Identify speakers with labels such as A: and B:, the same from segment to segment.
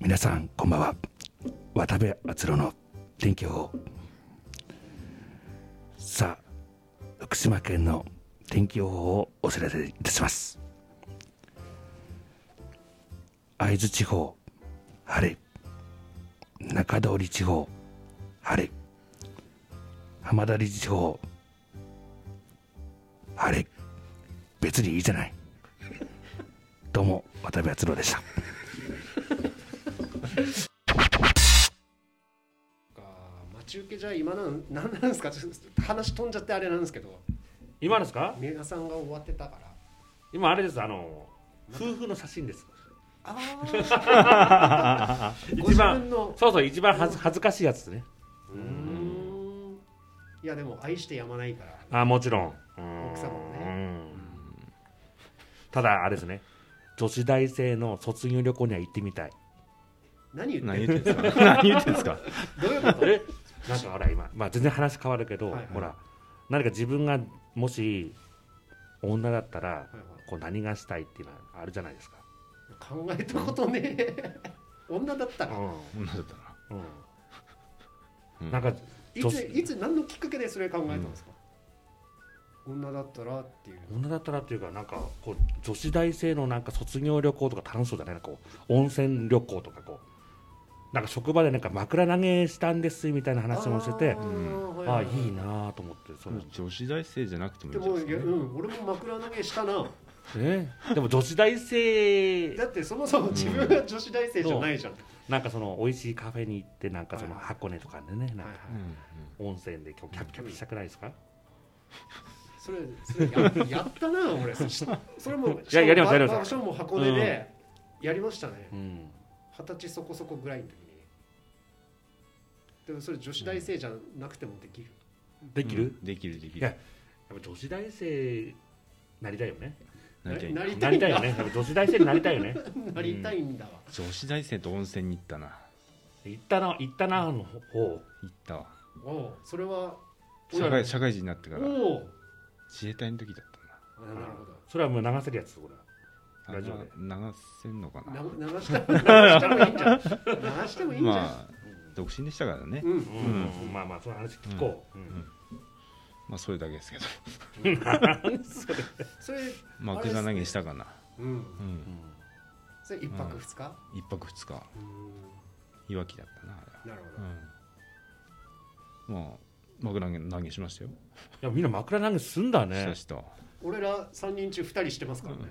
A: 皆さんこんばんは渡部篤郎の天気予報さあ福島県の天気予報をお知らせいたします会津地方晴れ中通り地方晴れ浜田理事長あれ別にいいじゃないどうも渡部篤郎でした
B: か待ち受けじゃあ今なんなんなんですかちょっと話飛んじゃってあれなんですけど
C: 今ですか
B: メガさんが終わってたから
C: 今あれですあの夫婦の写真です
B: あ
C: 一
B: ご自分
C: 番
B: の
C: そうそう一番恥ず恥ずかしいやつですね
B: うーんいやでも愛してやまないから
C: あもちろんうん
B: 奥様もね
C: うんただあれですね女子大生の卒業旅行には行ってみたい
B: 何言って
D: 何
B: る
D: 言ってんです か何言ってんですか
B: どういうこと
C: えなんかほら今、まあ、全然話変わるけど、
B: はいはい
C: ほら何か自分がもし女だったら、
B: いはい
C: こう何がしたいっていうのはあるじゃないですか、
B: 考えたことねえ 女だったら
C: う
D: 女だったら
C: んうん
D: うん
C: なんか
B: い
C: 女
B: つ
C: 子
B: いつ何のきっかけでそれ考えたんですか、女だったらっていう
C: 女だったらっていうかなんかこう女子大生のなんか卒業旅行とか楽しそうじゃないなんかこう温泉旅行とかこうなんか職場でなんか枕投げしたんですみたいな話もしてて
B: あ
C: あ
B: ー
C: あ
B: はは
C: ーいいなーと思ってその、
D: 女子大生じゃなくてもい
B: で
D: いんじ
B: も、
D: ゃないですか、
B: う
D: ね、
B: ん、俺も枕投げしたな
C: ね、でも女子大生
B: だってそもそも自分が女子大生じゃないじゃん、
C: なんかその美味しいカフェに行ってなんかその
B: はい
C: 箱根とかでねなん
B: はい
C: か
B: はい
D: うんうん
C: 温泉で今日キャピキャピしたくないですか
B: それそれやや ったな俺そしそれ も
C: いややりましたや
B: しかも
C: りました
B: 場所も箱根で、やりましたね
C: うん
B: 二十歳そこそこぐらいの時にでもそれ女子大生じゃなくてもできる、
C: できる、
D: うんできるでき
C: いや
D: る
C: やっぱ女子大生なりたいよね
D: なりたい
B: な
D: な
B: りた
C: ないり
B: ん
C: た
B: だ
C: いよねやっぱ女子大生になりたいよね
B: なりたいんだわ、
D: 女子大生と温泉に行ったな
C: 行ったな行ったなの方
D: 行ったわ
B: おおそれは
D: 社
B: おい
D: 会社会人になってから
B: おう
D: 自衛隊の時だった
B: あなるほど
C: それはもう流せるやつこれは
D: な
C: ラジオで
D: 流せんのかな
B: な流した流してもいいんじゃん流してもいいんじゃん、
D: まあ独身でしたからね、
B: うん
C: うんまあまあその話聞こう、うん
D: まあそれだけですけど
B: それ
D: 枕投げしたかな、
B: うん
D: うん、
B: それ一泊二日、
D: 1泊2日いわきだったなあれは
B: なるほど、
D: うん、まあ枕投げ投げしましたよ、
C: いやみんな枕投げすんだ
D: した
C: ね
D: した
B: 俺ら3人中2人してますからね、
D: うん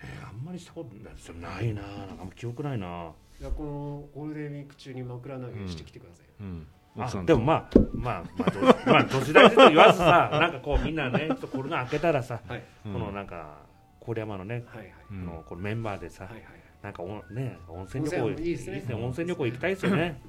C: えーあんまりしたことないそれないななんかあんま記憶ないな
B: じゃあこのゴールデンウィーク中に枕投げしてきてください、
D: うん、奥さ
C: あ
D: ん
C: で
D: と
C: もまあまあまあど うまあどちらかと言わずさなんかこうみんなねちょっとコロナ明けたらさ、
B: はい
D: うん
C: このなんか郡山のね、
B: はいはい、
D: うん
C: あのこのメンバーでさ、
B: はいはい
C: なんかおね温泉旅行
B: 温泉いいですね
C: 温泉旅行行きたいですよね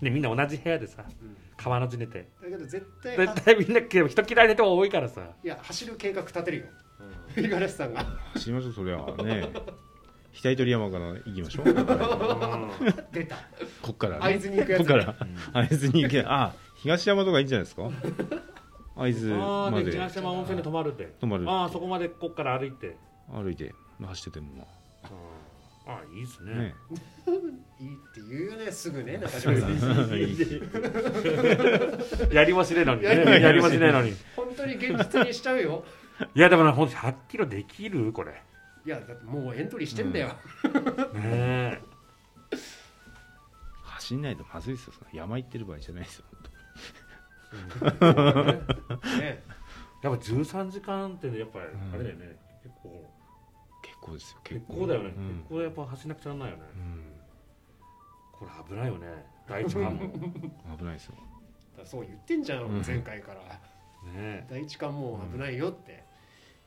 C: でみんな同じ部屋でさ
B: うん
C: 川の字寝て
B: だけど絶対は
C: 絶対みんな人嫌いな人が多いから さ
B: いや走る計画立てるよ五十嵐さんが
D: 知りましょうそりゃね 額取山から行きましょう
C: う
D: こ
C: ん
B: 出た
D: っからね
B: 会津に行くやつ
D: こっから会津に行けあ東山とかいいんじゃないですか会津
C: ああ
D: ま
C: で
D: で
C: 東山温泉で泊まるって
D: 泊まる
C: ああそこまでこっから歩いて
D: 歩いてまあ走っててもま
C: ああいいです
D: あ
C: ね
D: ね
B: いいって言うよねすぐね中島さん
C: やりもしねえのにね
B: やりもしね
C: やりもしね
B: え
C: えのにい
B: 本当に現実にしちゃうよ
C: やでもねほんと100キロできるこれね
B: いやだってもうエントリーしてんだよ、
C: え
D: 走んないとまずいですよそんな山行ってる場合じゃないですよ
B: ね
C: やっぱ13時間ってねやっぱりあれだよね結構
D: 結構ですよ
C: 結構だよね
D: うん
C: 結構やっぱ走らなくちゃならないよね
D: うん
C: これ危ないよね第一関門ね
D: 危ないですよ
B: だからそう言ってんじゃん、
D: うん
B: 前回から
C: え
B: 第一関門は危ないよって、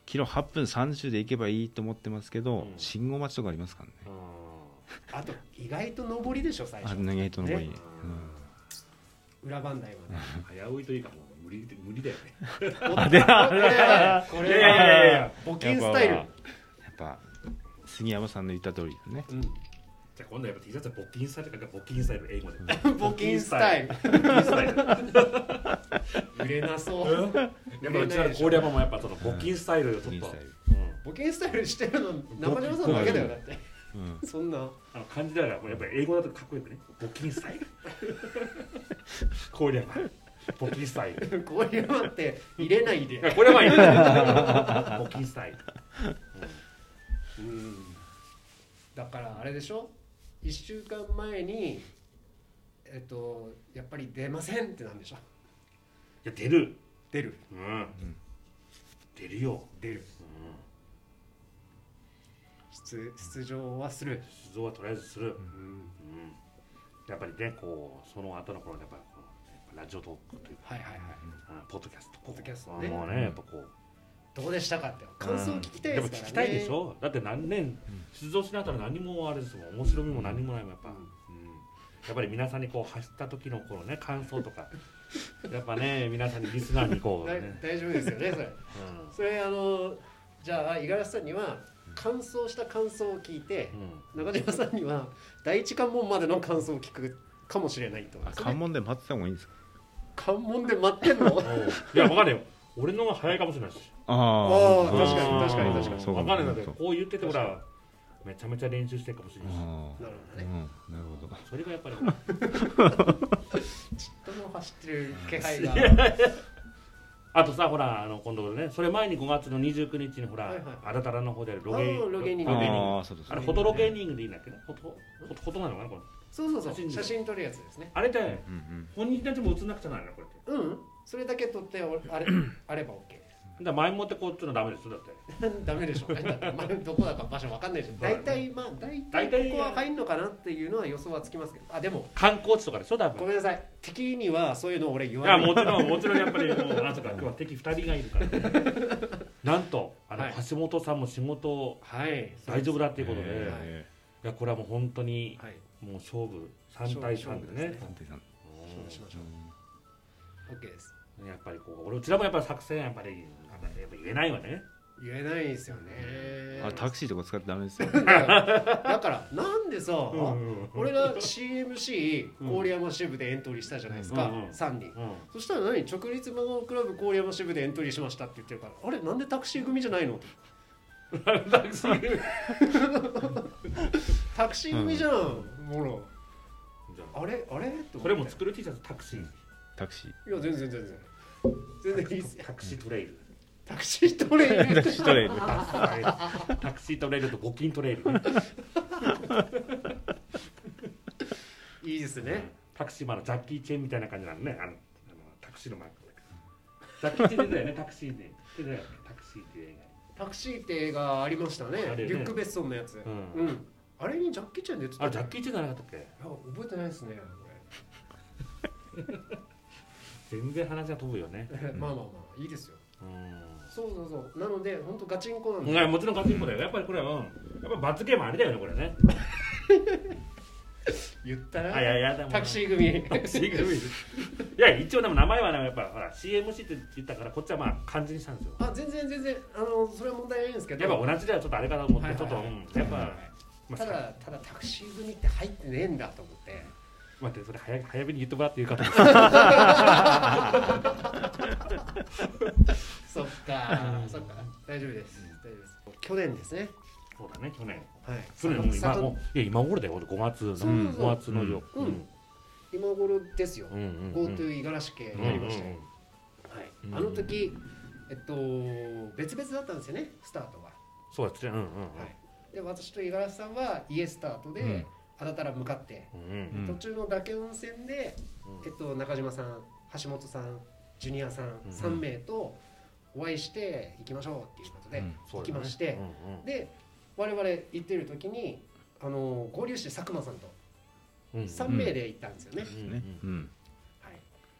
D: キロ8分30で行けばいいと思ってますけど、
C: うん
D: 信号待ちとかありますからね
C: う
B: あと意外と上りでしょ最
D: あ
B: 初
D: れ投げ糸の場合に、
B: ね
D: うん
B: 裏番台まで
C: ん危ういというかもう無理無理だよね
B: あであこれこれ
C: いやいやいやいや
B: 募金スタイル
D: やっぱやっぱ杉山さんの言った通りだね
C: じゃあ今度やっぱ T シャツは募金スタイルか募金スタイル英語で
B: うん 募金スタイル
C: 募金スタ イル
B: 売れなそう
C: やっぱうちらの郡山もやっぱその募金スタイルをちょっ
D: 杉
C: と、
D: 山さん
C: うん
B: 募金スタイルしてるの生島さんだけだよだって
D: うん
B: そんな
C: あの漢字だからこれやっぱり英語だとかっこよくね募金祭 こういう募金祭
B: こういうのって入れないで
C: これはまあいいんだけ ど募金祭
B: うんだからあれでしょ1週間前にえっとやっぱり出ませんってなんでしょ
C: いや出る
B: 出る
C: うん、出るよ
B: 出
C: う
B: る
C: ん
B: 出出場はする、
C: 出場はとりあえずする、
B: うん、
C: うん、やっぱりねこうその後の頃やっぱりこうやっぱラジオトークというか
B: はいはいはい
C: あポッドキャスト
B: ポッドキャストね
C: もうねやっぱこう
B: どうでしたかって感想を聞きたい
C: で
B: で
C: も
B: すから
C: 聞
B: ね、
C: きたいでしょだって何年出場しなかったら何もあれですもん面白みも何もないもんやっぱ、うんやっぱり皆さんにこう走った時のこのね感想とかやっぱね皆さんにリスナーにこう
B: だ
C: ね、
B: 大丈夫ですよねそ
C: う
B: れ
C: ん
B: それあのじゃあ五十嵐さんには感想した感想を聞いて、
C: うん
B: 中島さんには第一関門までの感想を聞くかもしれないと
D: あ関門で待ってた方がいいんですか
B: 関門で待ってんの
C: おういや分かんないよ俺の方が早いかもしれないし
D: あ
B: 確かに
C: うん
B: 確かに確かに
D: そう
C: 分かんないんだけ
D: そ
C: ど
D: う
C: こう言っててほらめちゃめちゃ練習してるかもしれないし
D: あ
B: なる
D: あ
B: ほ
D: う
B: どね
D: んなるほど
C: それがやっぱり
B: ちっとも走ってる気配が
C: あとさほらあの今度ねそれ前に5月の29日にほら、
B: はいはい
C: あらたらの方であるロゲ
B: あーロゲニング
C: ロゲニング
D: ああそうです
C: あれフォトロゲーニングでいいんだっけねフォトフォトフォトなのかなこれ
B: そうそうそう
C: 写真
B: 写真撮るやつですね
C: あれで
D: うんうん
C: 本人たちも映んなくちゃならないのこれって
B: うんそれだけ撮ってお あれあれば OK
C: だから前もってこうっつうのダメですよだって
B: ダメでしょだって前どこだか場所わかんないでしょ大体まあ大
C: 大
B: 体
C: 体
B: ここは入んのかなっていうのは予想はつきますけどあでも
C: 観光地とかでしょ多
B: ご
C: 分
B: めんなさい敵にはそういうの俺言
C: い
B: わ
C: や
B: ない
C: もちろんもちろんやっぱりもうあなたが今日は敵2人がいるから、なんとあの
B: はい
C: 橋本さんも仕事
B: はい
C: 大丈夫だっていうことで、
B: へ
C: い、
D: え
C: やこれはもう本当に
B: はい
C: もう勝負3対
B: 勝
C: 3
B: 負勝負
C: で
B: で
C: ね
B: す
D: え探偵さん
B: そうしましょう OK です
C: うんやっぱりこう俺うちらもやっぱ作戦やっぱりあんまりやっぱ言えないわね
B: 言えないですよね
D: あタクシーとか使ってダメですよ
B: だからだからなんでさ、
C: うん
B: 俺ら CMC 郡山支部でエントリーしたじゃないですか、
C: うんうん
B: 3人
C: うん
B: そしたら何直立魔法クラブ郡山支部でエントリーしましたって言ってるからあれなんでタクシー組じゃないの
C: タクシーじ
B: タクシー組じゃん、ほ
C: ゃあ
B: らあれあれって思って
C: それも作る T シャツタクシー
D: タクシー
B: いや全然全然全然いいっす よ
C: タクシートレイル
B: タクシートレイン
D: タクシートレイル
C: タクシートレイルと募金トレイルね
B: いいですね
C: タクシーマのジャッキー・チェンみたいな感じなのねあのあのタクシーのマークジャッキー・チェン出てたよねタクシーで出てたよタクシーっていう映
B: タクシーって映画ありましたね
C: あれね
B: リュック・ベッソンのやつ
C: う
B: うんん、あれにジャッキーちゃん出て
C: 画
B: た
C: あれジャッキー・チェンじゃなかったっけ
B: いや覚えてないですね
C: 全然話が飛ぶよね
B: これ まあまあまあいいですよ
C: う
B: そうそうそうなので本当ガチンコなん
C: んい
B: で
C: やもちろんガチンコだよやっぱりこれは、うん、やっぱ罰ゲームあれだよねこれね
B: 言った
C: あいやい
B: ら
C: やでも
B: タクシー組
C: タクシー組いや一応でも名前はねやっぱほら CMC って言ったからこっちはまあ漢字にしたんですよ
B: あ全然全然あのそれは問題ないんですけど
C: やっぱ同じではちょっとあれかなと思っ
B: は
C: て
B: い
C: ちょっと、
B: はい
C: うんやっぱ、まあ
B: ただただタクシー組って入ってねえんだと思って
C: 待ってそれ早早めに言ってもらっていい かと思って
B: そっかそっか大丈夫です大丈夫です去年ですね
C: そうだね去年
B: はい
C: 去年もう今
B: 里
C: もういや今頃だよ俺5月の
B: そうそうそう
C: 5月のよ
B: うん今頃ですよ
C: うんうんうん
B: GoTo 五十嵐家
C: うん
B: やりましたよ
C: うん
B: はい
C: うん
B: あの時えっと別々だったんですよねスタートは
C: そうですねうんうんうん
B: はいで私と五十嵐さんは家スタート
D: う
B: で
D: ん
B: あだたら向かって
C: うんうん
D: う
B: 途
D: ん
B: 中の嶽温泉で、
C: うん
B: えっと、中島さん橋本さんジュニアさん
C: うん
B: 3名とお会いして行きましょうっていうことで、
D: うん
C: そうだね
B: 行きまして
C: うん
B: で我々行ってる時にあの合流して佐久間さんと
C: うんうん
B: 3名で行ったんですよね、
C: うん
D: ねうん
B: はい、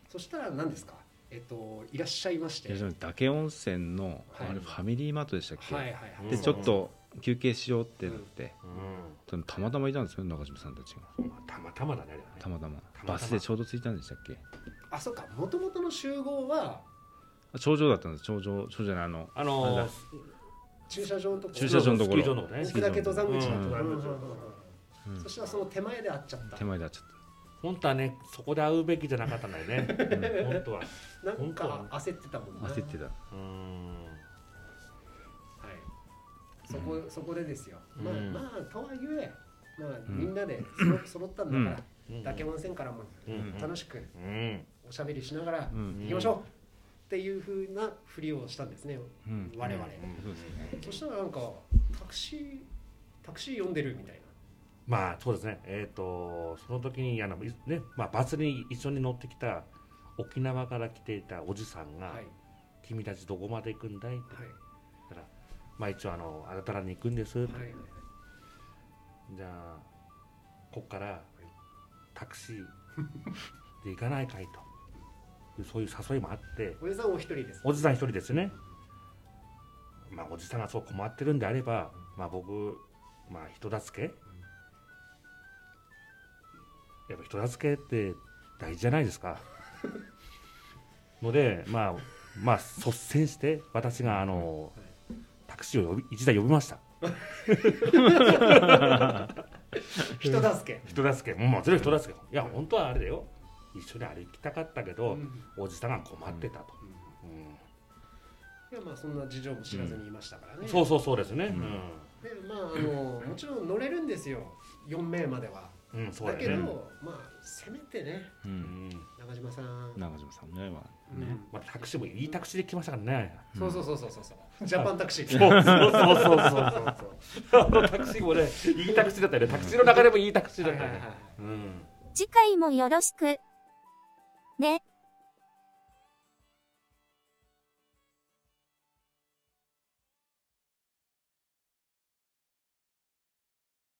B: そしたら何ですかえっといらっしゃいまして
D: いやその嶽温泉の
B: はい
D: あれファミリーマートでしたっ
B: はいはい
D: け
B: はい
D: でちょっと休憩しようってなって
C: うん
D: そのたまたまいたんですよ中島さんたちが
C: そうまあたまたまだねあれはね
D: たまたま
C: たま
D: バスでちょうど着いたんでしたっけ
B: あそっかもともとの集合は
D: あ頂上だったんです頂上頂上じゃないあの
C: あの
D: あ
C: ー
D: れだ
B: 駐車場のとこ
D: 駐車場のところ
C: スキー場のね
B: 奥岳登山口のところ、
C: うん
B: うんうんうんうん
D: うん
B: そしたらその手前で会っちゃった
D: 手前で会っちゃっ
C: 本当はねそこで会うべきじゃなかったんだよね本当は
B: なんか焦ってたもんな
D: た焦って
C: う
D: た
C: ん
B: はい、そこそこでですよ、まあ
C: うん
B: まあとはいえ、まあ、
D: ん
B: みんなでそろ揃 ったんだから、
C: うん
B: だけ温泉からも
C: うん
B: 楽しく
C: うん
B: おしゃべりしながら
D: うん
B: 行きましょうっていうふうなふりをしたんですね、
D: うん
B: 我々、
D: そうですね
B: そしたらなんかタクシータクシー呼んでるみたい
C: まあそうですねえっ、とその時にあの、いねまあ、バスに一緒に乗ってきた沖縄から来ていたおじさん
B: な、
C: が
B: はい
C: 「君たちどこまで行くんだい?」って
B: はい
C: 言ったら「まあ一応あのあなたらに行くんです」
B: はい
C: じゃあこっからタクシーで行かないかいとそういう誘いもあって
B: おじさんお一人です
C: おじさん一人ですねまあおじさんがそう困ってるんであればまあ僕まあ人助けやっぱ人助けって大事じゃないですかのでまあまあ率先して私があのタクシーを呼び一台呼びました
B: 人助け、
C: 人助けもうもちろん人助けいや本当はあれだよ一緒に歩きたかったけど、
B: うん
C: おじさんが困ってたと、
B: いやまあそんな事情も知らずにいましたからね、
C: うんそうそうそうですね
D: うん
B: でまああのもちろん乗れるんですよ4名までは
C: うん、うんそうだ
B: だ
C: よ
B: け
C: ね
B: ど、まあせめてね
D: う
C: うんん
B: 中島さん、
D: 中島さんねま
B: う
D: あね
B: ん
C: まあ、タクシーもいいタクシーで来ましたからね
B: そうそうそうそうそ うそうジャパンタクシー
C: そうそうそうそうそうそう あのタクシーもねいいタクシーだったよねタクシーの流れもいいタクシーだ
B: は
C: っ
B: い
C: た
B: はい
C: よ
B: はい
C: ねうん
E: 次回もよろしく。ね。